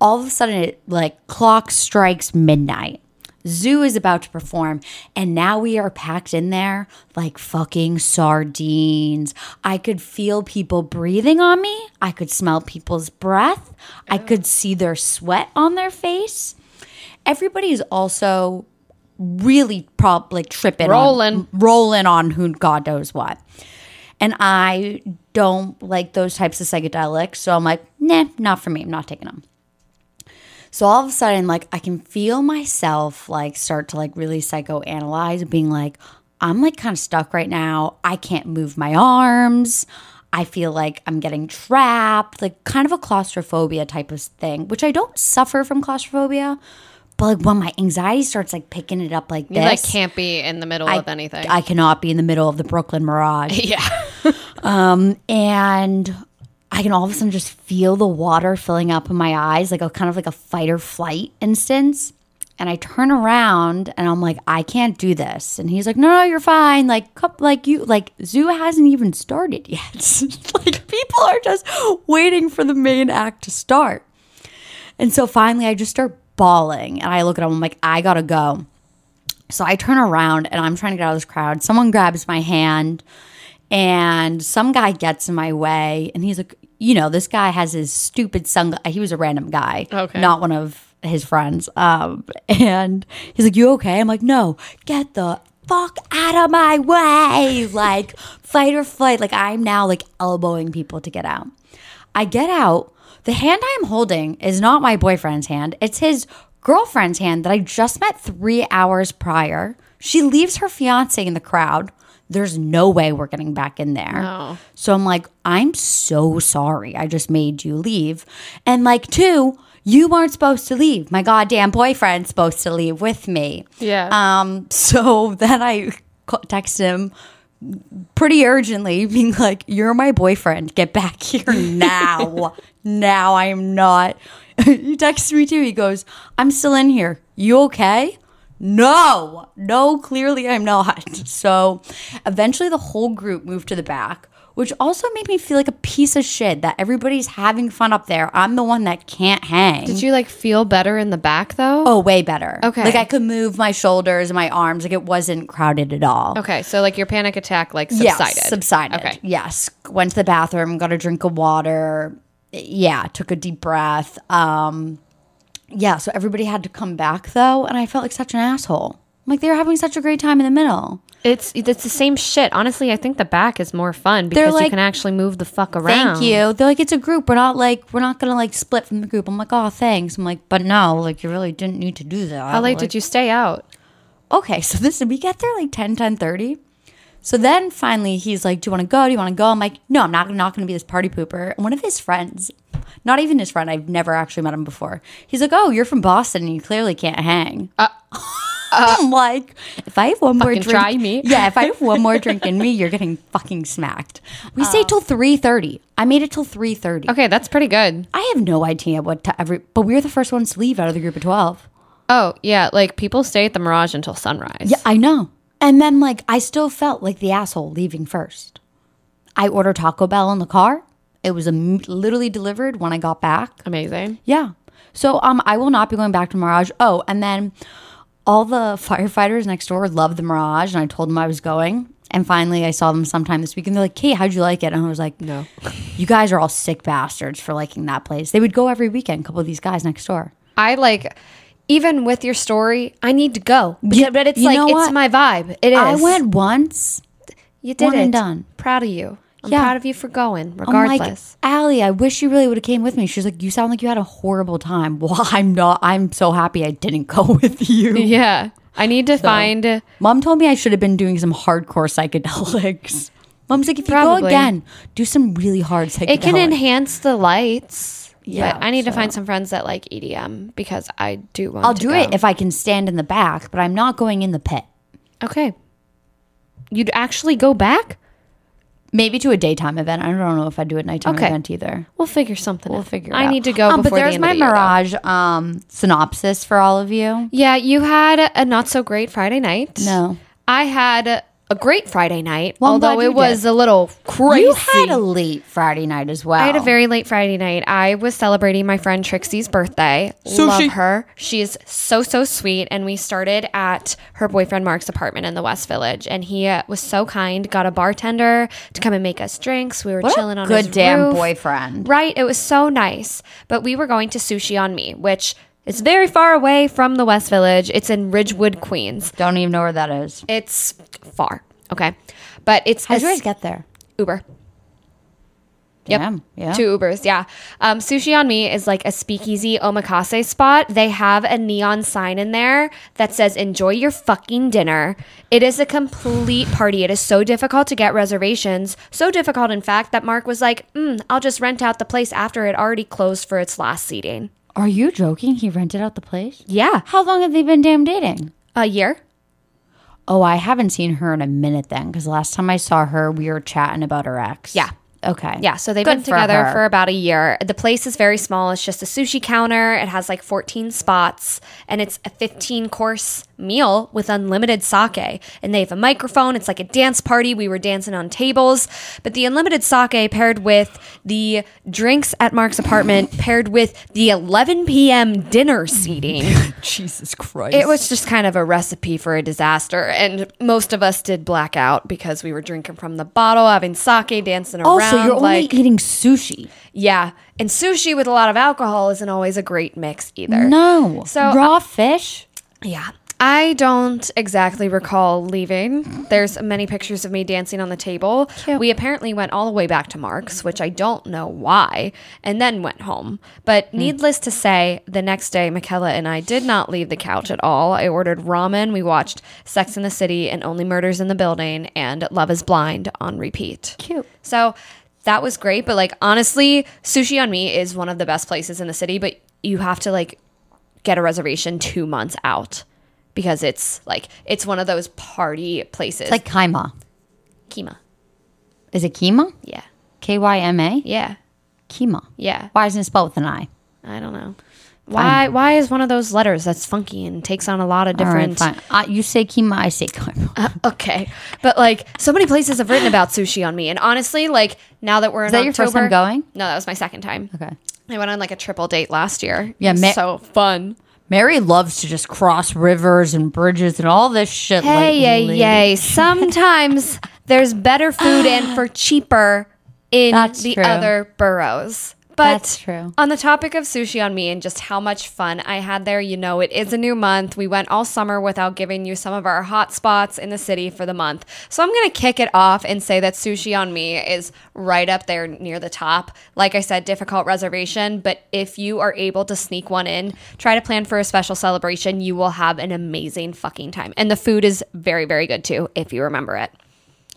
Speaker 2: All of a sudden, it like clock strikes midnight. Zoo is about to perform, and now we are packed in there like fucking sardines. I could feel people breathing on me. I could smell people's breath. I could see their sweat on their face. Everybody is also really prob like tripping,
Speaker 3: Rolling.
Speaker 2: on, rolling on who God knows what. And I don't like those types of psychedelics, so I'm like, nah, not for me. I'm not taking them. So all of a sudden, like I can feel myself like start to like really psychoanalyze, being like, I'm like kind of stuck right now. I can't move my arms. I feel like I'm getting trapped, like kind of a claustrophobia type of thing, which I don't suffer from claustrophobia, but like when my anxiety starts like picking it up like
Speaker 3: you
Speaker 2: this,
Speaker 3: like can't be in the middle of anything.
Speaker 2: *laughs* I cannot be in the middle of the Brooklyn Mirage.
Speaker 3: yeah.
Speaker 2: and I can all of a sudden just feel the water filling up in my eyes, like a kind of like a fight or flight instance. And I turn around and I'm like, I can't do this. And he's like, No, no, you're fine. Like, cup, like you, like zoo hasn't even started yet. *laughs* like people are just waiting for the main act to start. And so finally, I just start bawling, and I look at him. I'm like, I gotta go. So I turn around and I'm trying to get out of this crowd. Someone grabs my hand and some guy gets in my way and he's like, you know, this guy has his stupid sunglasses. He was a random guy,
Speaker 4: Okay.
Speaker 2: not one of his friends. Um, and he's like, you okay? I'm like, no, get the fuck out of my way. Like fight or flight. Like I'm now like elbowing people to get out. I get out. The hand I'm holding is not my boyfriend's hand, it's his girlfriend's hand that I just met three hours prior. She leaves her fiance in the crowd. There's no way we're getting back in there. So I'm like, I'm so sorry. I just made you leave. And like, two, you weren't supposed to leave. My goddamn boyfriend's supposed to leave with me.
Speaker 4: Yeah.
Speaker 2: Um, *laughs* so then I *laughs* ca- text him pretty urgently, being like, You're my boyfriend. Get back *laughs* here now. now I am not. *laughs* he texts me too. He goes, I'm still in here. You okay? No, no, clearly I'm not. *laughs* So eventually the whole group moved to the back, which also made me feel like a piece of shit that everybody's having fun up there. I'm the one that can't hang.
Speaker 1: Did you like feel better in the back though?
Speaker 2: Oh, way better.
Speaker 1: Okay.
Speaker 2: Like I could move my shoulders, my arms. Like it wasn't crowded at all.
Speaker 4: Okay, so like your panic attack like
Speaker 2: Yes,
Speaker 4: subsided.
Speaker 2: subsided.
Speaker 4: Okay.
Speaker 2: Yes. Went to the bathroom, got a drink of water. Yeah, took a deep breath. Um, yeah, so everybody had to come back though, and I felt like such an asshole. Like they were having such a great time in the middle.
Speaker 4: It's
Speaker 1: It's the same shit. Honestly, I think the back is more fun because you
Speaker 2: like,
Speaker 1: can actually move the fuck around.
Speaker 2: Thank you. They're like, it's a group. We're not like we're not gonna like split from the group. I'm like, oh thanks. I'm like, but no, like you really didn't need to do that.
Speaker 1: How late did you stay out?
Speaker 2: okay *laughs* so this we get there like 10 10 so then finally he's like do you want to go do you want to go i'm like no i'm not, not going to be this party pooper and one of his friends not even his friend i've never actually met him before he's like oh you're from boston and you clearly can't hang *laughs* i'm like if i have one more
Speaker 1: Uh, fucking
Speaker 2: drink
Speaker 1: try me.
Speaker 2: *laughs* yeah if i have one more drink in me you're getting fucking smacked we
Speaker 1: Oh.
Speaker 2: stayed till 3.30 i made it till 3.30
Speaker 1: Okay, that's pretty good.
Speaker 2: i have no idea what to every but we were the first ones to leave out of the group of 12
Speaker 1: Oh, yeah, like people stay at the Mirage until sunrise.
Speaker 2: Yeah, I know. And then like I still felt like the asshole leaving first. I ordered Taco Bell in the car. It was im- literally delivered when I got back.
Speaker 1: Amazing.
Speaker 2: Yeah. So um I will not be going back to Mirage. Oh, and then all the firefighters next door loved the Mirage and I told them I was going. And finally I saw them sometime this week and they're like, Kate, how'd you like it? And I was like, No. *laughs* You guys are all sick bastards for liking that place. They would go every weekend, a couple of these guys next door.
Speaker 3: I like, even with your story, I need to go.
Speaker 2: Yeah,
Speaker 3: But, but it's
Speaker 2: you
Speaker 3: like,
Speaker 2: know
Speaker 3: it's
Speaker 2: what?
Speaker 3: my vibe. It is.
Speaker 2: I went once.
Speaker 3: You did
Speaker 2: one
Speaker 3: it.
Speaker 2: and done.
Speaker 3: Proud of you. I'm
Speaker 2: Yeah. Oh
Speaker 3: proud of you for going,
Speaker 2: I'm
Speaker 3: regardless.
Speaker 2: like, Allie, I wish you really would have came with me. She's like, you sound like you had a horrible time. *laughs* Well, I'm not. I'm so happy I didn't go *laughs* with you.
Speaker 1: Yeah. I need to find
Speaker 2: Mom told me I should have been doing some hardcore psychedelics. *laughs* Mom's like, if you go
Speaker 1: Probably.
Speaker 2: again, do some really hard psychedelics.
Speaker 3: it can enhance the lights.
Speaker 2: Yeah,
Speaker 3: Yeah, but I need to
Speaker 2: so-
Speaker 3: find some friends that like EDM because I do want.
Speaker 2: I'll
Speaker 3: to
Speaker 2: do
Speaker 3: go.
Speaker 2: it if I can stand in the back, but I'm not going in the pit.
Speaker 3: okay. You'd actually go back?
Speaker 2: Maybe to a daytime event. I don't know if I do a nighttime
Speaker 3: Okay.
Speaker 2: event either.
Speaker 3: We'll figure something.
Speaker 2: We'll
Speaker 3: out.
Speaker 2: figure. It
Speaker 3: I
Speaker 2: out.
Speaker 3: need to go.
Speaker 2: Um,
Speaker 3: before
Speaker 2: but there's
Speaker 3: the end
Speaker 2: my
Speaker 3: of the year, though.
Speaker 2: mirage um, synopsis for all of you.
Speaker 3: Yeah, you had a not so great Friday night.
Speaker 2: No.
Speaker 3: I had a great Friday night,
Speaker 2: Well, I'm
Speaker 3: although
Speaker 2: glad you
Speaker 3: it was
Speaker 2: did.
Speaker 3: a little crazy.
Speaker 2: You had a late Friday night as well.
Speaker 3: I had a very late Friday night. I was celebrating my friend Trixie's birthday. Love her. She is so so sweet. And we started at her boyfriend Mark's apartment in the West Village, and he uh, was so kind. Got a bartender to come and make us drinks. We were
Speaker 2: What a
Speaker 3: chilling on
Speaker 2: good
Speaker 3: his
Speaker 2: damn
Speaker 3: roof.
Speaker 2: boyfriend.
Speaker 3: Right. It was so nice. But we were going to Sushi on Me, which is very far away from the West Village. It's in Ridgewood, Queens.
Speaker 2: Don't even know where that is.
Speaker 3: It's far. Okay. But it's
Speaker 2: How did
Speaker 3: a
Speaker 2: you guys
Speaker 3: s-
Speaker 2: get there?
Speaker 3: Uber.
Speaker 2: Damn, yeah.
Speaker 3: Two Ubers, yeah. Um, Sushi on Me is like a speakeasy omakase spot. They have a neon sign in there that says, Enjoy your fucking dinner. It is a complete party. It is so difficult to get reservations. So difficult, in fact, that Mark was like, mm, I'll just rent out the place after it already closed for its last seating.
Speaker 2: Are you joking? He rented out the place?
Speaker 3: Yeah.
Speaker 2: How long have they been damn dating?
Speaker 3: A year?
Speaker 2: Oh, I haven't seen her in a minute then, because last time I saw her, we were chatting about her ex.
Speaker 3: Yeah.
Speaker 2: Okay.
Speaker 3: Yeah, so they've
Speaker 2: Good
Speaker 3: been
Speaker 2: for
Speaker 3: together
Speaker 2: her.
Speaker 3: for about a year. The place is very small. It's just a sushi counter. It has like 14 spots and it's a 15 course meal with unlimited sake. And they have a microphone. It's like a dance party. We were dancing on tables. But the unlimited sake paired with the drinks at Mark's apartment
Speaker 2: *laughs*
Speaker 3: paired with the 11 p.m. dinner seating.
Speaker 2: *laughs* Jesus Christ.
Speaker 3: It was just kind of a recipe for a disaster, and most of us did black out because we were drinking from the bottle, having sake, dancing
Speaker 2: also
Speaker 3: around.
Speaker 2: Oh, you're only
Speaker 3: like,
Speaker 2: eating sushi.
Speaker 3: yeah, and sushi with a lot of alcohol isn't always a great mix either.
Speaker 2: No.
Speaker 3: So,
Speaker 2: raw fish.
Speaker 3: Yeah. I don't exactly recall leaving. There's many pictures of me dancing on the table. We apparently went all the way back to Mark's, which I don't know why, and then went home. But needless to say, the next day, Michaela and I did not leave the couch at all. I ordered ramen. We watched Sex in the City and Only Murders in the Building and Love is Blind on repeat.
Speaker 2: Cute.
Speaker 3: So that was great. But like, honestly, Sushi on Me is one of the best places in the city, but you have to like get a reservation two months out because it's like it's one of those party places
Speaker 2: Like kaima.
Speaker 3: kima
Speaker 2: Is it kima?
Speaker 3: yeah
Speaker 2: K Y M A?
Speaker 3: yeah
Speaker 2: Kima.
Speaker 3: yeah
Speaker 2: Why isn't it spelled with an I?
Speaker 3: i don't know why why is one of those letters that's funky and takes on a lot of
Speaker 2: All right,
Speaker 3: different
Speaker 2: fine. Uh, you say kima, I say
Speaker 3: *laughs*
Speaker 2: kaima.
Speaker 3: okay but like so many places have written about sushi on me and honestly like now that we're in
Speaker 2: that your first time
Speaker 3: October-
Speaker 2: going?
Speaker 3: no that was my second time
Speaker 2: Okay.
Speaker 3: i went on like a triple date last year
Speaker 2: Yeah,
Speaker 3: It was
Speaker 2: ma-
Speaker 3: so fun
Speaker 2: Mary loves to just cross rivers and bridges and all this shit.
Speaker 3: Hey, yay,
Speaker 2: lately.
Speaker 3: yay.
Speaker 2: *laughs*
Speaker 3: Sometimes there's better food and
Speaker 2: *gasps*
Speaker 3: for cheaper in
Speaker 2: That's
Speaker 3: the
Speaker 2: true.
Speaker 3: other boroughs. But
Speaker 2: That's true.
Speaker 3: on the topic of sushi on me and just how much fun I had there, you know, it is a new month. We went all summer without giving you some of our hot spots in the city for the month. So I'm going to kick it off and say that sushi on me is right up there near the top. Like I said, difficult reservation, but if you are able to sneak one in, try to plan for a special celebration. You will have an amazing fucking time. And the food is very, very good too, if you remember it.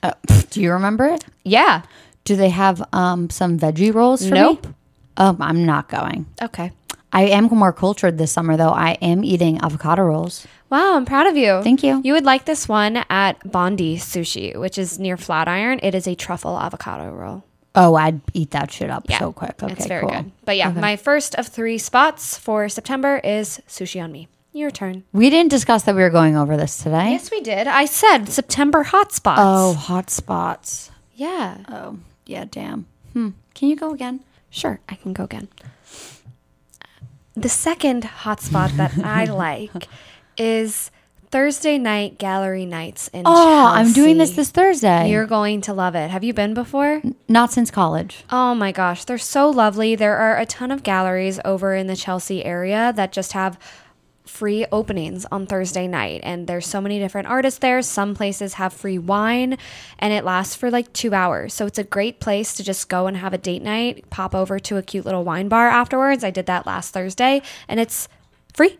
Speaker 2: Uh, pff, do you remember it?
Speaker 3: Yeah.
Speaker 2: Do they have um, some veggie rolls for
Speaker 3: Nope.
Speaker 2: me? Um, I'm not going.
Speaker 3: Okay.
Speaker 2: I am more cultured this summer, though. I am eating avocado rolls.
Speaker 3: Wow, I'm proud of you.
Speaker 2: Thank you.
Speaker 3: You would like this one at Bondi Sushi, which is near Flatiron. It is a truffle avocado roll.
Speaker 2: Oh, I'd eat that shit up so quick. Okay,
Speaker 3: it's very
Speaker 2: cool.
Speaker 3: good. But yeah, my first of three spots for September is Sushi on Me. Your turn.
Speaker 2: We didn't discuss that we were going over this today.
Speaker 3: Yes, we did. I said September hotspots.
Speaker 2: Oh, hot spots.
Speaker 3: yeah.
Speaker 2: Oh, yeah, damn. Hmm. Can you go again?
Speaker 3: Sure, I can go again. The second hotspot that
Speaker 2: *laughs*
Speaker 3: I like is Thursday night gallery nights in
Speaker 2: Oh, I'm doing this
Speaker 3: Chelsea.
Speaker 2: this Thursday.
Speaker 3: You're going to love it. Have you been before?
Speaker 2: Not since college.
Speaker 3: Oh my gosh, they're so lovely. There are a ton of galleries over in the Chelsea area that just have free openings on Thursday night and there's so many different artists there. Some places have free wine and it lasts for like 2 hours. So it's a great place to just go and have a date night, pop over to a cute little wine bar afterwards. I did that last Thursday and it's free.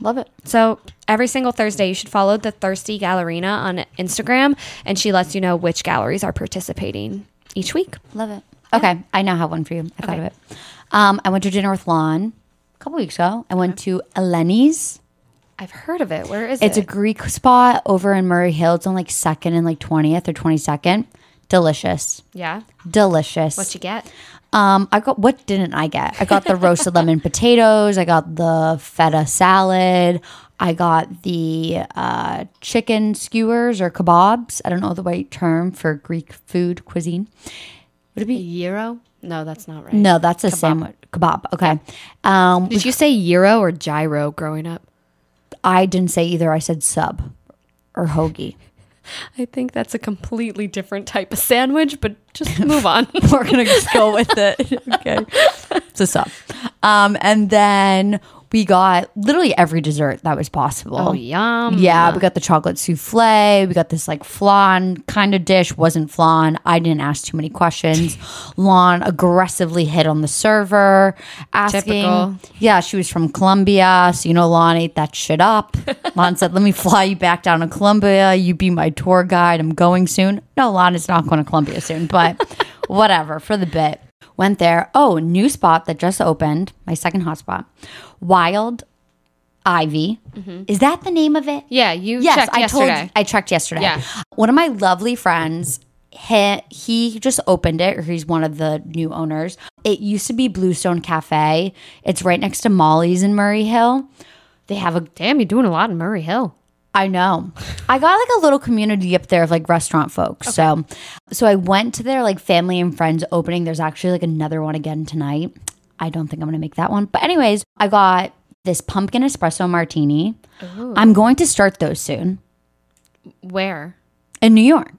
Speaker 2: Love it.
Speaker 3: So every single Thursday, you should follow the Thirsty Gallerina on Instagram, and she lets you know which galleries are participating each week.
Speaker 2: Love it. Okay, I now have one for you. I thought of it. Um, I went to dinner with Lon a couple weeks ago. I went to Eleni's.
Speaker 3: I've heard of it. Where is
Speaker 2: It's a
Speaker 3: it?
Speaker 2: Greek spot over in Murray Hill. It's on like second and like twentieth or twenty second. Delicious,
Speaker 3: yeah.
Speaker 2: delicious.
Speaker 3: What you get?
Speaker 2: Um, I got what didn't I get? I got the
Speaker 3: *laughs*
Speaker 2: roasted lemon potatoes. I got the feta salad. I got the uh, chicken skewers or kebabs. I don't know the right term for Greek food cuisine. Would it be?
Speaker 4: Euro? No, that's not right.
Speaker 3: Mm.
Speaker 2: No, that's a sandwich kebab. Okay. Um,
Speaker 4: Did you say gyro or gyro growing up?
Speaker 2: I didn't say either. I said sub or hoagie.
Speaker 3: I think that's a completely different type of sandwich, but *laughs* just move on.
Speaker 2: *laughs* We're gonna just go with it. *laughs* okay. It's a sub. Um, and then we got literally every dessert that was possible.
Speaker 4: Oh, yum.
Speaker 2: Yeah, we got the chocolate souffle. We got this like flan kind of dish. Wasn't flan. I didn't ask too
Speaker 4: *laughs*
Speaker 2: many questions. Lon aggressively hit on the server, asking.
Speaker 4: Typical.
Speaker 2: Yeah, she was from Colombia, so you know Lon ate that
Speaker 4: *laughs*
Speaker 2: shit up. Lon said, "Let me fly you back down to Colombia. You be my tour guide. I'm going soon." No, Lon is not going to Colombia
Speaker 4: *laughs*
Speaker 2: soon, but whatever for the bit. Went there. Oh, new spot that just opened. My second hotspot, Wild Ivy.
Speaker 4: Mm-hmm.
Speaker 2: Is that the name of it?
Speaker 4: Yeah, you
Speaker 2: Yes,
Speaker 4: checked
Speaker 2: I
Speaker 4: yesterday.
Speaker 2: told I checked yesterday.
Speaker 4: Yeah.
Speaker 2: One of my lovely friends he, he just opened it, or he's one of the new owners. It used to be Bluestone Cafe. It's right next to Molly's in Murray Hill. They have a
Speaker 3: Damn, you're doing a lot in Murray Hill.
Speaker 2: I know. I got like a little community up there of like restaurant folks. So so I went to their like family and friends opening. There's actually like another one again tonight. I don't think I'm gonna make that one. But anyways, I got this pumpkin espresso martini. I'm going to start those soon
Speaker 3: Where?
Speaker 2: in New York.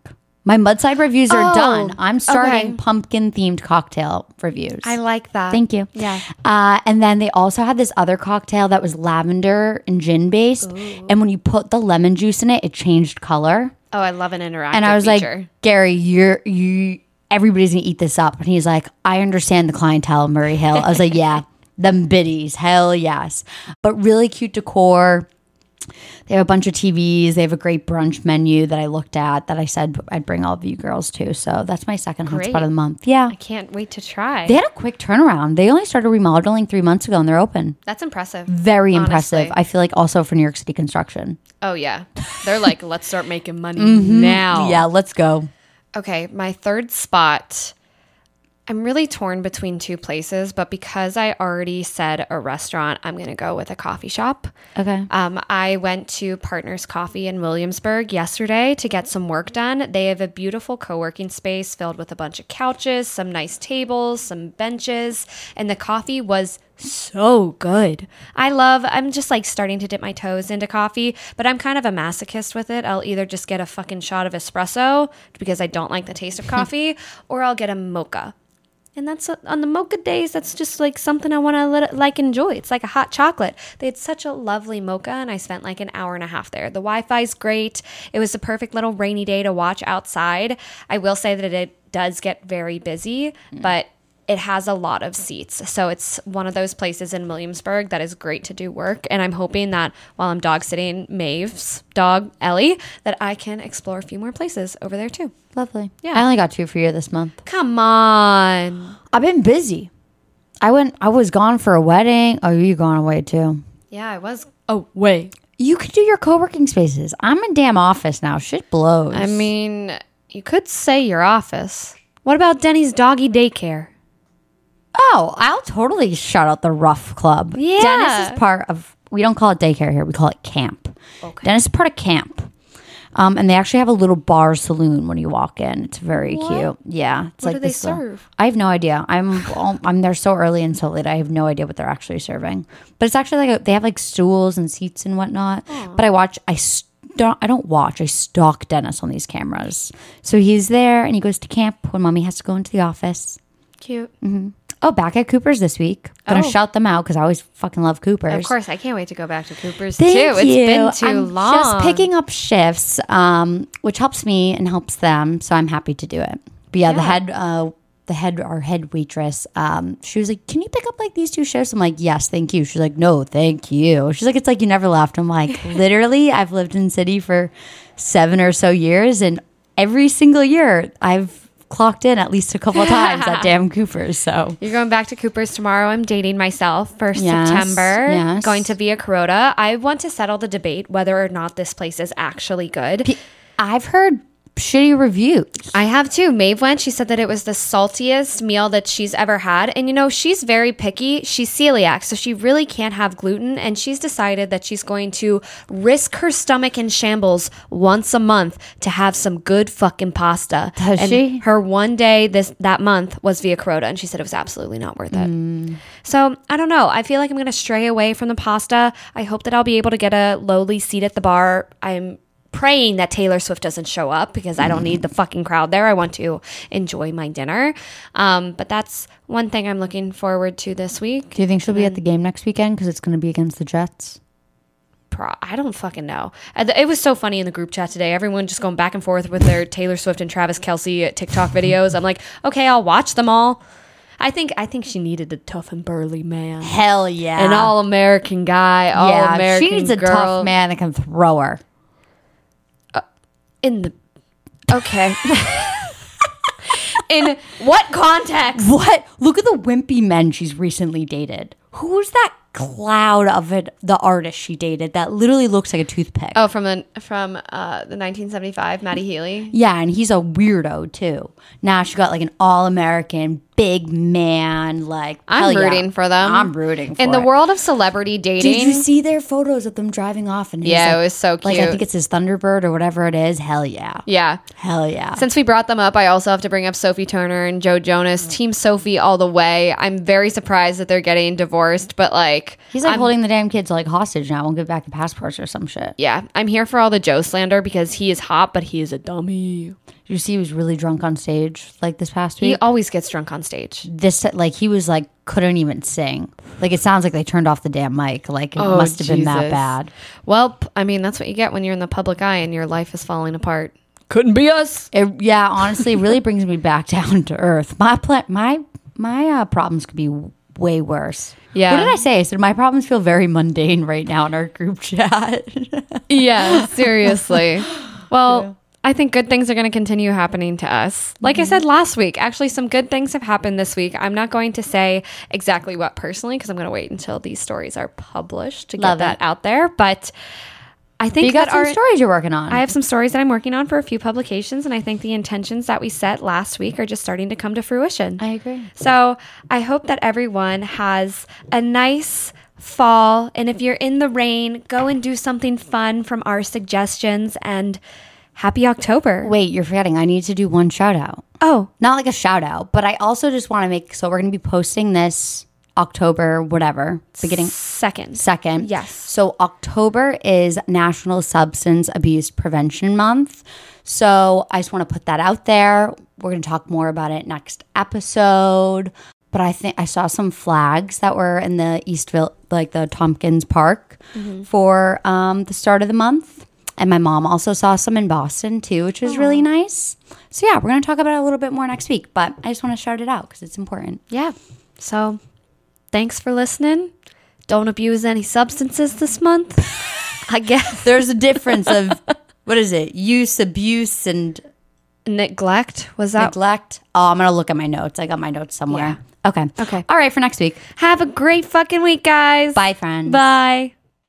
Speaker 2: My mudside reviews are
Speaker 5: Oh,
Speaker 2: done. I'm starting
Speaker 5: okay.
Speaker 2: pumpkin themed cocktail reviews.
Speaker 5: I like that.
Speaker 2: Thank you.
Speaker 5: Yeah.
Speaker 2: Uh, and then they also had this other cocktail that was lavender and gin based. And when you put the lemon juice in it, it changed color.
Speaker 3: Oh, I love an interactive
Speaker 2: and I was
Speaker 3: feature.
Speaker 2: like, Gary, you're you. Everybody's gonna eat this up. And he's like, I understand the clientele, in Murray Hill. I was like, yeah, *laughs* them biddies, hell yes. But really cute decor. They have a bunch of TVs. They have a great brunch menu that I looked at that I said I'd bring all of you girls to. So that's my second hot spot of the month. Yeah.
Speaker 3: can't wait to try.
Speaker 2: They had a quick turnaround. They only started remodeling three months ago and they're open.
Speaker 3: That's impressive.
Speaker 2: Very impressive. I feel like also for New York City construction.
Speaker 3: Oh yeah. They're like, let's start making *laughs* money now.
Speaker 2: Yeah, let's go.
Speaker 3: Okay, my third spot. I'm really torn between two places, but because I already said a restaurant, I'm going to go with a coffee shop.
Speaker 2: Okay.
Speaker 3: Um, I went to Partners Coffee in Williamsburg yesterday to get some work done. They have a beautiful co working space filled with a bunch of couches, some nice tables, some benches, and the coffee was so good. I love, I'm just like starting to dip my toes into coffee, but I'm kind of a masochist with it. I'll either just get a fucking shot of espresso because I don't like the taste of coffee, or I'll get a mocha. And that's uh, on the mocha days. That's just like something I want to let it, like enjoy. It's like a hot chocolate. They had such a lovely mocha, and I spent like an hour and a half there. The Wi Fi's great. It was the perfect little rainy day to watch outside. I will say that it does get very busy, but it has a lot of seats. So it's one of those places in Williamsburg that is great to do work. And I'm hoping that while I'm dog sitting Maeve's dog, Ellie, that I can explore a few more places over there too.
Speaker 2: Lovely. Yeah. I only got two for you this month.
Speaker 3: Come on.
Speaker 2: I've been busy. I went. I was gone for a wedding. Oh, you gone away too.
Speaker 3: Yeah, I was
Speaker 6: Oh, wait.
Speaker 2: You could do your co-working spaces. I'm a damn office now. Shit blows.
Speaker 3: I mean, you could say your office. What about Denny's doggy daycare?
Speaker 2: oh, I'll totally shout out the Rough Club.
Speaker 3: Yeah.
Speaker 2: Dennis is part of. We don't call it daycare here. We call it camp. Okay. Dennis is part of camp. Um, and they actually have a little bar saloon when you walk in. It's very cute. Yeah, it's
Speaker 3: What
Speaker 2: like
Speaker 3: do they
Speaker 2: this little-
Speaker 3: serve?
Speaker 2: I have no idea. I'm all, I'm there so early and so late. I have no idea what they're actually serving. But it's actually like a, they have like stools and seats and whatnot. But I watch. I st- I don't watch. I stalk Dennis on these cameras. So he's there and he goes to camp when mommy has to go into the office.
Speaker 3: Cute.
Speaker 2: Oh, back at Cooper's this week. gonna shout them out because I always fucking love Cooper's.
Speaker 3: Oh. Of course, I can't wait to go back to Cooper's
Speaker 2: Thank
Speaker 3: too.
Speaker 2: you.
Speaker 3: It's been too
Speaker 2: I'm
Speaker 3: long.
Speaker 2: Just picking up shifts, um, which helps me and helps them, so I'm happy to do it. But yeah, the head, uh, the head, our head waitress, um, she was like, "Can you pick up like these two shifts?" I'm like, "Yes, thank you." She's like, "No, thank you." She's like, "It's like you never left."
Speaker 3: *laughs*
Speaker 2: I'm like, "Literally, I've lived in city for seven or so years, and every single year I've clocked in at least
Speaker 3: *laughs*
Speaker 2: a couple of times at damn Cooper's." So
Speaker 3: You're going back to Cooper's tomorrow. I'm dating myself for
Speaker 2: Yes,
Speaker 3: September.
Speaker 2: yes.
Speaker 3: Going to Via Carota. I want to settle the debate whether or not this place is actually good.
Speaker 2: I've heard shitty reviews.
Speaker 3: I have too. Maeve went. She said that it was the saltiest meal that she's ever had. And you know, she's very picky. She's celiac, so she really can't have gluten. And she's decided that she's going to risk her stomach in shambles once a month to have some good fucking pasta.
Speaker 2: Does
Speaker 3: And
Speaker 2: she?
Speaker 3: Her one day this that month was via Carota, and she said it was absolutely not worth it. So I don't know. I feel like I'm going to stray away from the pasta. I hope that I'll be able to get a lowly seat at the bar. I'm praying that Taylor Swift doesn't show up because I don't need the fucking crowd there. I want to enjoy my dinner. Um, but that's one thing I'm looking forward to this week.
Speaker 2: Do you think she'll be at the game next weekend? Because it's going to be against the Jets.
Speaker 3: Pro- I don't fucking know. Uh, th- It was so funny in the group chat today. Everyone just going back and forth with their Taylor Swift and Travis Kelsey TikTok videos. I'm like, okay, I'll watch them all. I think I think she needed a tough and burly man.
Speaker 2: Hell yeah!
Speaker 3: an all American guy, all
Speaker 2: yeah,
Speaker 3: American
Speaker 2: she needs a
Speaker 3: girl
Speaker 2: tough man that can throw her.
Speaker 3: in the okay. *laughs* in what context?
Speaker 2: *laughs* What? Look at the wimpy men she's recently dated. Who's that cloud of it? The artist she dated that literally looks like a toothpick.
Speaker 3: Oh, from the from uh, the 1975, Maddie Healy.
Speaker 2: Yeah, and he's a weirdo too. Now she got like an all-American big man. Like hell
Speaker 3: I'm
Speaker 2: yeah.
Speaker 3: rooting for them.
Speaker 2: I'm rooting for
Speaker 3: in the
Speaker 2: it.
Speaker 3: world of celebrity dating.
Speaker 2: Did you see their photos of them driving off? And he's,
Speaker 3: Yeah, it
Speaker 2: like-
Speaker 3: was so
Speaker 2: Like I
Speaker 3: cute.
Speaker 2: think it's his Thunderbird or whatever it is. Hell yeah,
Speaker 3: yeah.
Speaker 2: hell yeah.
Speaker 3: Since we brought them up, I also have to bring up Sophie Turner and Joe Jonas,
Speaker 2: Mm.
Speaker 3: Team Sophie all the way. I'm very surprised that they're getting divorced, but like,
Speaker 2: he's like holding the damn kids like hostage, and I won't give back the passports or some shit.
Speaker 3: yeah, I'm here for all the Joe slander because he is hot, but he is a dummy.
Speaker 2: Did you see he was really drunk on stage like this past
Speaker 3: He
Speaker 2: week?
Speaker 3: always gets drunk on stage.
Speaker 2: this like he was like couldn't even sing. Like it sounds like they turned off the damn mic. Like it must have been that
Speaker 3: Oh, Jesus.
Speaker 2: bad.
Speaker 3: Well, p- I mean, that's what you get when you're in the public eye and your life is falling apart. Couldn't be us.
Speaker 2: It, yeah, honestly, it really brings me back *laughs* down to earth. My pla- my my uh, problems could be w- way worse.
Speaker 3: Yeah.
Speaker 2: What did I say? I said my problems feel very mundane right now in our group *laughs* chat.
Speaker 3: *laughs* Yeah,
Speaker 2: *laughs*
Speaker 3: seriously. Well, I think good things are going to continue happening to us. Like
Speaker 2: Mm-hmm.
Speaker 3: I said last week, actually, some good things have happened this week. I'm not going to say exactly what personally because I'm going to wait until these stories are published to
Speaker 2: Love
Speaker 3: get that
Speaker 2: it.
Speaker 3: out there. But I think
Speaker 2: you got
Speaker 3: that
Speaker 2: some
Speaker 3: our,
Speaker 2: stories you're working on.
Speaker 3: I have some stories that I'm working on for a few publications, and I think the intentions that we set last week are just starting to come to fruition.
Speaker 2: I agree.
Speaker 3: So I hope that everyone has a nice fall. And if you're in the rain, go and do something fun from our suggestions. And happy October.
Speaker 2: Wait, you're forgetting. I need to do one shout out.
Speaker 3: Oh,
Speaker 2: Not like a shout out, but I also just want to make. So we're gonna be posting this October, whatever, beginning
Speaker 3: second.
Speaker 2: second.
Speaker 3: Yes.
Speaker 2: So October is National Substance Abuse Prevention Month. So I just want to put that out there. We're going to talk more about it next episode. But I think I saw some flags that were in the Eastville, like the Tompkins Park, for um, the start of the month. And my mom also saw some in Boston too, which was really nice. So yeah, we're going to talk about it a little bit more next week. But I just want to shout it out because it's important.
Speaker 3: Yeah. So thanks for listening. Don't abuse any substances this month. I guess
Speaker 2: There's a difference of what is it? Use, abuse, and
Speaker 3: neglect was that.
Speaker 2: neglect. Oh, I'm gonna look at my notes. I got my notes somewhere. Okay.
Speaker 3: Okay.
Speaker 2: All right, for next week.
Speaker 3: Have a great fucking week, guys.
Speaker 2: Bye, friends.
Speaker 3: Bye.